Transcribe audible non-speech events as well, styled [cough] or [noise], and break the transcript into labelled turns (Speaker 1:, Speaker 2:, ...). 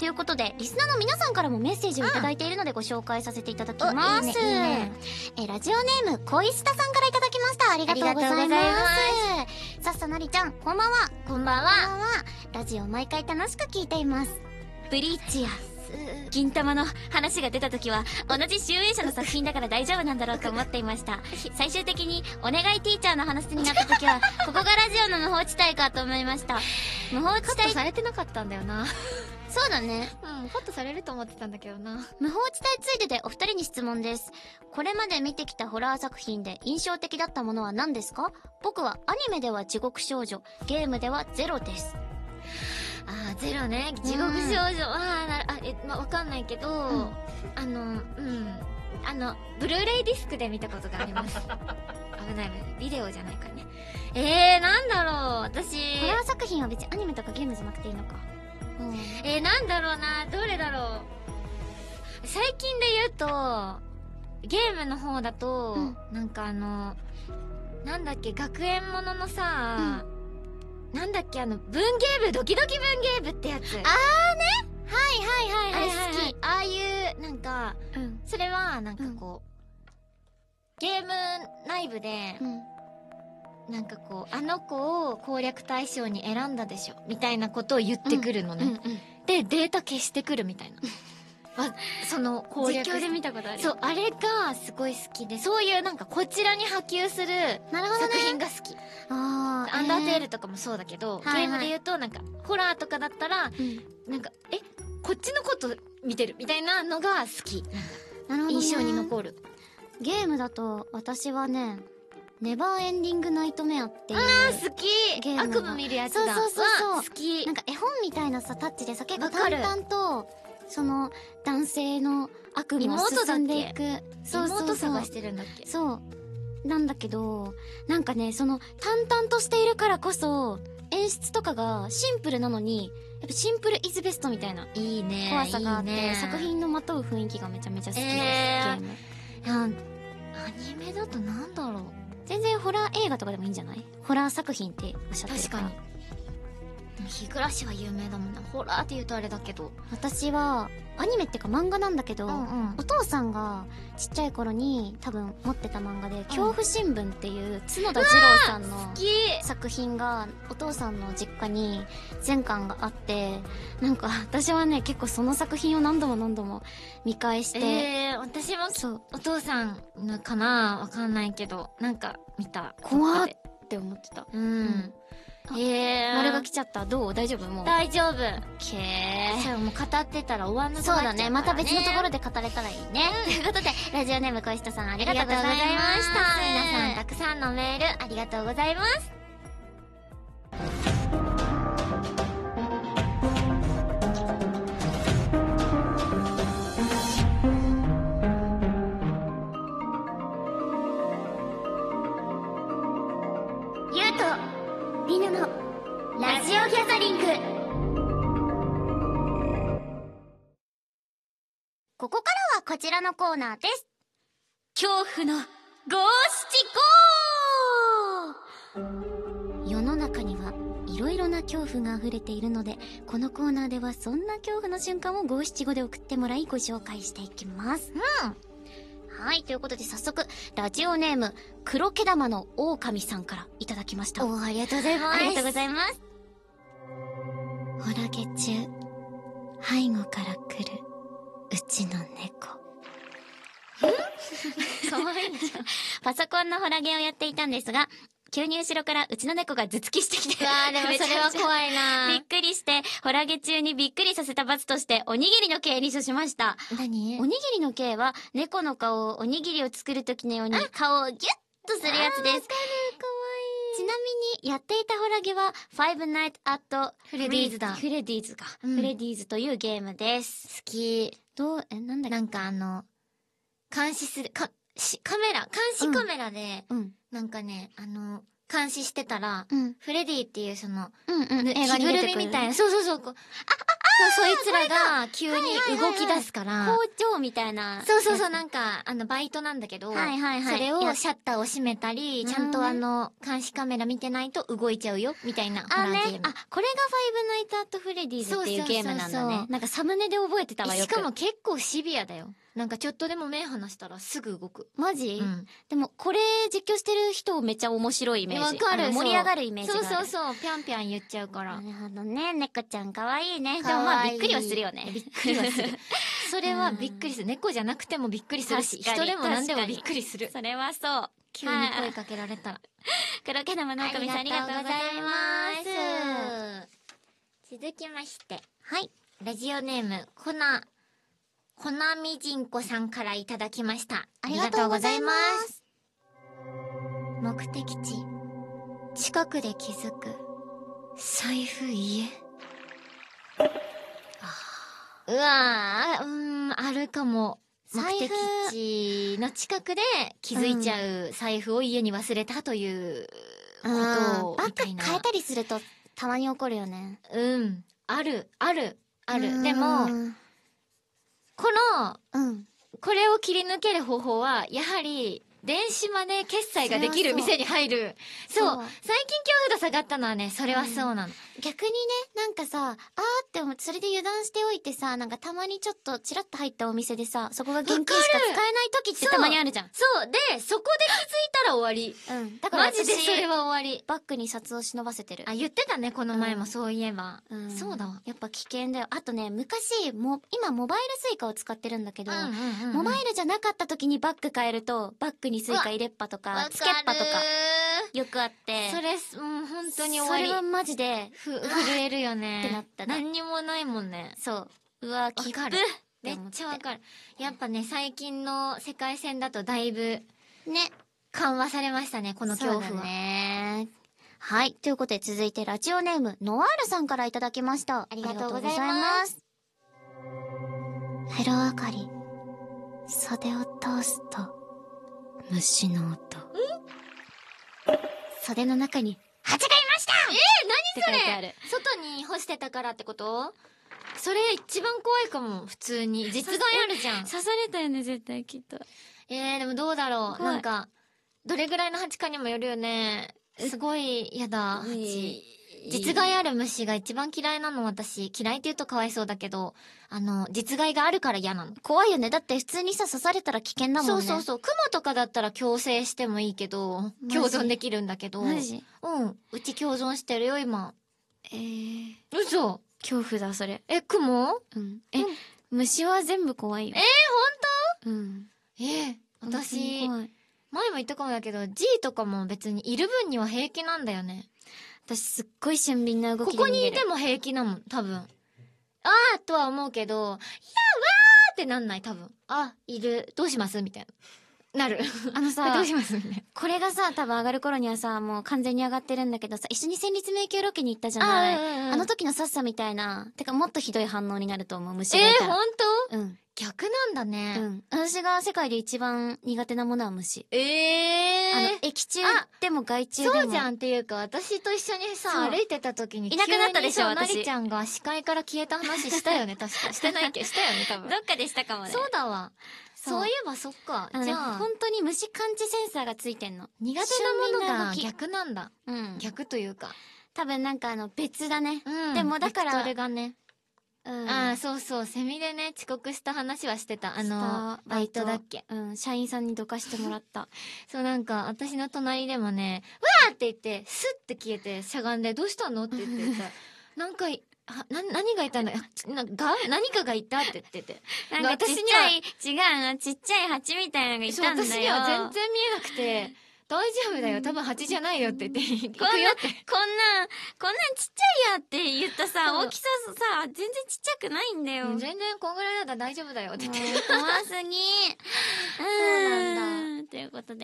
Speaker 1: ということで、リスナーの皆さんからもメッセージをいただいているのでご紹介させていただきます。
Speaker 2: おいいねいいね
Speaker 1: えーラジオネーム、恋スタさんからいただきました。ありがとうございま
Speaker 2: ありがと
Speaker 1: す。さっさなりちゃん、こんばんは。こんばんは。ラジオ毎回楽しく聞いています。ブリーチや、銀玉の話が出た時は、同じ集英社の作品だから大丈夫なんだろうと思っていま [laughs] した。最終的に、お願いティーチャーの話になった時 [laughs] は、ここがラジオの無法地帯かと思いました。無法地
Speaker 2: カット
Speaker 1: 帯、
Speaker 2: されてなかったんだよ [laughs] な。
Speaker 1: そうだね。
Speaker 2: うん、カットされると思ってたんだけどな。
Speaker 1: 無法地帯ついででお二人に質問です。これまで見てきたホラー作品で印象的だったものは何ですか僕はアニメでは地獄少女、ゲームではゼロです。
Speaker 2: あー、ゼロね。地獄少女。あーなるあ、え、まあ、わかんないけど、
Speaker 1: ん
Speaker 2: あの、うん。あの、ブルーレイディスクで見たことがあり [laughs] ます。危ない危ない。ビデオじゃないからね。えー、なんだろう。私、
Speaker 1: ホラー作品は別にアニメとかゲームじゃなくていいのか。うん。
Speaker 2: えー、なんだろうな。どれだろう。最近で言うと、ゲームの方だと、
Speaker 1: うん
Speaker 2: なんかあの、なんだっけ、学園もののさ、なんだっけ、あの、文芸部、ドキドキ文芸部ってやつ。
Speaker 1: あはいはいはいはい、
Speaker 2: あれ好き。ああいう、なんか、
Speaker 1: 好き。うん。
Speaker 2: それは、なんかこう、ゲーム内部で、
Speaker 1: うん。
Speaker 2: なんかこう、あの子を攻略対象に選んだでしょ、みたいなことを言ってくるのね。で、データ消してくるみた
Speaker 1: [laughs]
Speaker 2: いな。わその攻略。
Speaker 1: 見たことあそ
Speaker 2: そ、
Speaker 1: う
Speaker 2: あれがすごい好きで、そういうなんかこちらに波及する
Speaker 1: う。なるほどね
Speaker 2: 作。品が好き。
Speaker 1: あ
Speaker 2: アンダーテールとかもそうだけど、
Speaker 1: えーはいはい
Speaker 2: ゲームで言うとなんか、ホラーとかだったら、
Speaker 1: ル。
Speaker 2: なんか、え、こっちのこと見てるみたいなのが好き。
Speaker 1: なるほど、ね。
Speaker 2: 印象に残る。
Speaker 1: ゲームだと私はね、ネバーエンディングナイトメアっていう。
Speaker 2: あ好き
Speaker 1: ゲーム
Speaker 2: 悪夢見るやつだ
Speaker 1: そうそうそうそう
Speaker 2: わ好き
Speaker 1: なんか絵本みたいなさタッチでさ結構
Speaker 2: わかる
Speaker 1: 淡々とその男性の悪夢を
Speaker 2: 妹だっけ
Speaker 1: 進んでいくそうそうそ
Speaker 2: 妹
Speaker 1: う
Speaker 2: 探してるんだっけ
Speaker 1: そうなんだけどなんかねその淡々としているからこそ演出とかがシンプルなのにやっぱシンプルイズベストみたいない
Speaker 2: いね
Speaker 1: 怖さがあって
Speaker 2: いいね
Speaker 1: 作品のまとう雰囲気がめちゃめちゃ好きです、
Speaker 2: えー
Speaker 1: ゲーム
Speaker 2: いやアニメだとなんだろう
Speaker 1: 全然ホラー映画とかでもいいんじゃないホラー作品っておっしゃってる
Speaker 2: 確
Speaker 1: か
Speaker 2: からにでも日暮らしは有名だもんなホラーって言うとあれだけど
Speaker 1: 私はアニメっていうか漫画なんだけど、
Speaker 2: ん
Speaker 1: お父さんがちっちゃい頃に多分持ってた漫画で「恐怖新聞」っていう角田二郎さんの
Speaker 2: 好き
Speaker 1: 作品がお父さんの実家に全巻があってなんか私はね結構その作品を何度も何度も見返して、
Speaker 2: えー、私もき
Speaker 1: そう
Speaker 2: お父さんのかなわかんないけどなんか見た
Speaker 1: 怖っ
Speaker 2: どっかで
Speaker 1: って思ってた
Speaker 2: うんえー、
Speaker 1: 丸が来ちゃったどう大丈夫もう
Speaker 2: 大丈夫
Speaker 1: け
Speaker 2: そうもう語ってたら終わんなく
Speaker 1: そ
Speaker 2: なっ
Speaker 1: うだ
Speaker 2: ちゃうから
Speaker 1: ねまた別のところで語れたらいいね、ということでラジオネーム小下さんあ
Speaker 2: あ
Speaker 1: り
Speaker 2: りが
Speaker 1: が
Speaker 2: と
Speaker 1: と
Speaker 2: う
Speaker 1: う
Speaker 2: ご
Speaker 1: ご
Speaker 2: ざ
Speaker 1: ざ
Speaker 2: い
Speaker 1: い
Speaker 2: ま
Speaker 1: ま
Speaker 2: した。
Speaker 1: した
Speaker 2: 皆さんたくさんのメールありがとうございます。
Speaker 1: ゆうとりなのラジオギャザリングここからはこちらのコーナーです恐怖の五七五世の中にはいろいろな恐怖が溢れているのでこのコーナーではそんな恐怖の瞬間を五七五で送ってもらいご紹介していきますうんはいということで早速ラジオネーム黒毛玉の狼さんからいただきました
Speaker 2: おー、ありがとうございます。
Speaker 1: ありがとうご
Speaker 2: い
Speaker 1: ざいます。ホラゲ中、背後から来る、うちの [laughs] 猫。
Speaker 2: ます。かわいい。
Speaker 1: パソコンのホラゲをやっていたんですが、急に後ろからうちの猫が頭突きしてきて。
Speaker 2: わあ、でもそれは怖
Speaker 1: [laughs]
Speaker 2: い
Speaker 1: びっ
Speaker 2: な。
Speaker 1: くりして、ホラゲ中にびっくりさせた罰として、おにぎりの刑に処しました。
Speaker 2: 何
Speaker 1: おにぎりの刑は、猫の顔をおにぎりを作る時のように、顔をギュッとするやつです。ちなみに、やっていたホラゲは、Five Night at
Speaker 2: フレディーズだ
Speaker 1: フレディーズか。
Speaker 2: うん
Speaker 1: フレディーズというゲームです。
Speaker 2: 好き。
Speaker 1: どう、え、なんだっけ
Speaker 2: なんかあの、監視する、か、し、カメラ、監視カメラで、
Speaker 1: うん。
Speaker 2: なんかね、あの、監視してたら、
Speaker 1: うん。
Speaker 2: フレディっていうその、
Speaker 1: うんうん。
Speaker 2: ぬ
Speaker 1: 映画
Speaker 2: 着
Speaker 1: に
Speaker 2: ぐ
Speaker 1: 出
Speaker 2: る
Speaker 1: て
Speaker 2: み
Speaker 1: くる
Speaker 2: みたいな、そうそうそう、こう、あ、あ、あそうそいつらが急に動き出すから
Speaker 1: 工場みたいな。
Speaker 2: そうそうそうなんかあのバイトなんだけど、
Speaker 1: はいはいはい。
Speaker 2: それをシャッターを閉めたり
Speaker 1: な
Speaker 2: ち
Speaker 1: る
Speaker 2: ゃ
Speaker 1: ほどね
Speaker 2: んとあの監視カメラ見てないと動いちゃうよみたいなホ
Speaker 1: あ
Speaker 2: ラ
Speaker 1: ね
Speaker 2: ーゲー、ム
Speaker 1: あ、これがファイブナイトアットフレディーズってい
Speaker 2: そううそう
Speaker 1: ゲ
Speaker 2: そう
Speaker 1: ー
Speaker 2: そう
Speaker 1: ムなんだね。なんかサムネで覚えてたわよ。
Speaker 2: しかも
Speaker 1: よく、
Speaker 2: 結構シビアだよなんかちょっとでも目離したらすぐ動く、
Speaker 1: マジ、
Speaker 2: うん
Speaker 1: でも、これ実況してる人めっちゃ面白いイメージ。
Speaker 2: わかる
Speaker 1: あの
Speaker 2: そう
Speaker 1: 盛り上がるイメージがあ
Speaker 2: そう
Speaker 1: る。
Speaker 2: そうそうぴゃんぴゃん言っちゃうから、
Speaker 1: なるほどね。猫ちゃんかわいいね。
Speaker 2: 可愛い
Speaker 1: でもまあ、びっくりはするよね。
Speaker 2: びっくりはするそれはびっくりする猫じゃなくてもびっくりするし
Speaker 1: 確か
Speaker 2: 人
Speaker 1: に
Speaker 2: でも何で
Speaker 1: 確
Speaker 2: も
Speaker 1: かに
Speaker 2: びっくりす
Speaker 1: [laughs]
Speaker 2: る
Speaker 1: それはそう。
Speaker 2: 急に声かけられたら
Speaker 1: 黒毛玉の狼さんありがとうございます。
Speaker 2: す続きましてはいラジオネームコナコナミジンコさんからいただきましたありがとうございます目的地近くで気づく財布家うわーうーんあるかも目
Speaker 1: 財
Speaker 2: 的
Speaker 1: 布
Speaker 2: 地の近くで気づいちゃう財布を家に忘れたということを
Speaker 1: バ
Speaker 2: みたい
Speaker 1: ッグ
Speaker 2: な
Speaker 1: 変えたりすると、たまに起こるよね。
Speaker 2: うんあるあるあ
Speaker 1: う
Speaker 2: る
Speaker 1: ん
Speaker 2: でもこの
Speaker 1: うん。
Speaker 2: これを切り抜ける方法はやはり電子マネー決済ができる
Speaker 1: それはそう
Speaker 2: 店に入るそう
Speaker 1: そう
Speaker 2: 最近恐怖度下がったのはねそれはそうなの、
Speaker 1: 逆にね、なんかさ、あーって思って、それで油断しておいてさ、なんかたまにちょっとチラッと入ったお店でさ、そこが現金しか
Speaker 2: わ
Speaker 1: 使
Speaker 2: かる
Speaker 1: えない時ってたまにあるじゃん。
Speaker 2: そうでそこで気づいたら終わり
Speaker 1: うん。だから
Speaker 2: マ
Speaker 1: 私、
Speaker 2: ジでそれは終わり
Speaker 1: バッグに札を忍ばせてる。
Speaker 2: あ言ってたねこの前もそういえば、
Speaker 1: ん
Speaker 2: そうだわ
Speaker 1: やっぱ危険だよ。あとね、昔、も、今モバイルスイカを使ってるんだけど、モ
Speaker 2: モバ
Speaker 1: バ
Speaker 2: イ
Speaker 1: イルじゃなかった時にバッグ変えると、バッグにスイカ入れっぱとか、つけっぱとか、よくあって。
Speaker 2: それもう本当に終わり
Speaker 1: それはマジで、
Speaker 2: ふ震えるよね
Speaker 1: ってなったな
Speaker 2: 何にもないもんね
Speaker 1: そう。うわ、切
Speaker 2: か
Speaker 1: 符
Speaker 2: るめっちゃわかるやっぱね最近の世界戦だとだいぶ
Speaker 1: る。ね。
Speaker 2: 緩和されましたねこの恐怖
Speaker 1: そうだ
Speaker 2: は、
Speaker 1: ね。はい。ということで続いてラジオネーム、ノワールさんからいただきました。あ
Speaker 2: りがとうございます
Speaker 1: す。風呂上がり、袖を通すと、虫の音。袖の中に、蜂がいましたえ
Speaker 2: それ
Speaker 1: 何て書いてある。
Speaker 2: 外に干してたからってことそれ一番怖いかも普通に実害あるじゃん
Speaker 1: 刺されたよね、絶対きっと。
Speaker 2: えー、でもどうだろう
Speaker 1: 怖い
Speaker 2: なんかどれぐらいの蜂かにもよるよねすごい嫌だ蜂実害ある虫が一番嫌いなの私嫌いって言うとかわいそうだけどあの実害があるから嫌なの
Speaker 1: 怖いよね。だって普通にさ、刺されたら危険だも
Speaker 2: そ
Speaker 1: ん
Speaker 2: う
Speaker 1: ね。
Speaker 2: そうそう。雲とかだったら共生してもいいけど、
Speaker 1: マジ
Speaker 2: 共存できるんだけど。
Speaker 1: マジ
Speaker 2: うん。うち共存してるよ、今。
Speaker 1: えー、
Speaker 2: 嘘。
Speaker 1: 恐怖だ、それ。
Speaker 2: え、雲
Speaker 1: うん。え、
Speaker 2: うん
Speaker 1: 虫は全部怖いよ。
Speaker 2: え
Speaker 1: ー、ほんとうん。
Speaker 2: ええ
Speaker 1: 本当に
Speaker 2: 私、
Speaker 1: 怖い
Speaker 2: 前も言ったかもだけど、G とかも別にいる分には平気なんだよね。
Speaker 1: 私すっごい俊敏な動
Speaker 2: こ
Speaker 1: きで逃げる
Speaker 2: こにいても平気なもん、多分。あーとは思うけど、いや、わーってなんない、多分。あ、いる。どうしますみたいな。な [laughs] る。
Speaker 1: あのさ
Speaker 2: どうしますみたいな。
Speaker 1: これがさ多分上がる頃にはさもう完全に上がってるんだけどさ一緒に戦慄迷宮ロケに行ったじゃないあ,、
Speaker 2: あ
Speaker 1: の時のさっさみたいなてかもっとひどい反応になると思う虫
Speaker 2: え
Speaker 1: がい
Speaker 2: ー、
Speaker 1: たら、
Speaker 2: 本
Speaker 1: うん
Speaker 2: 当逆なんだね。
Speaker 1: うん私が世界で一番苦手なものは虫、
Speaker 2: ええー。
Speaker 1: あの液中でも害虫でも
Speaker 2: そうじゃんっていうか私と一緒に
Speaker 1: そ
Speaker 2: さ
Speaker 1: う
Speaker 2: 歩いてた時に
Speaker 1: いなくなったでしょ
Speaker 2: 急にさ
Speaker 1: 私
Speaker 2: なりちゃんが視界から消えた話した [laughs] よね確かしてないっけしたよね多
Speaker 1: ど
Speaker 2: 分
Speaker 1: っかでしたかもね
Speaker 2: [laughs] そうだわ
Speaker 1: そう
Speaker 2: そういえばそっか
Speaker 1: あの
Speaker 2: じ
Speaker 1: ね
Speaker 2: ゃあ
Speaker 1: 本当に虫感知センサーがついてんの
Speaker 2: 苦手なも
Speaker 1: 俊
Speaker 2: のが
Speaker 1: 敏な動
Speaker 2: 逆なんだ
Speaker 1: きうん
Speaker 2: 逆というか
Speaker 1: 多分なんかあの別だねん
Speaker 2: でもだから
Speaker 1: ベクトル
Speaker 2: がね
Speaker 1: うん
Speaker 2: ああそうそうセミでね遅刻した話はしてたあ
Speaker 1: し
Speaker 2: の
Speaker 1: た
Speaker 2: バイトだっけ
Speaker 1: うん社員さんにどかしてもらった
Speaker 2: そうなんか私の隣でもね「わー!」って言ってスッて消えてしゃがんで「どうしたの?」って言っ
Speaker 1: [laughs]
Speaker 2: てたなんかいあな何がいたのあちなんかが何かがいたって言ってて
Speaker 1: [laughs] なんかちっ
Speaker 2: 私に
Speaker 1: ちゃい、違うあの、ちっちゃい蜂みたいなのがい
Speaker 2: そう
Speaker 1: たんだよ。
Speaker 2: 私には全然見えなくて「大丈夫だよ多分蜂じゃないよ」って言って「行くよ」って
Speaker 1: こんなん、こんなんちっちゃいやって言ったさ、
Speaker 2: そう
Speaker 1: 大きささ、全然ちっちゃくないんだよ。
Speaker 2: 「
Speaker 1: もう
Speaker 2: 全然こん [laughs] ぐらいだったら大丈夫だよ」って言って
Speaker 1: 怖すぎ。う
Speaker 2: うなんだ
Speaker 1: ーん。ということで、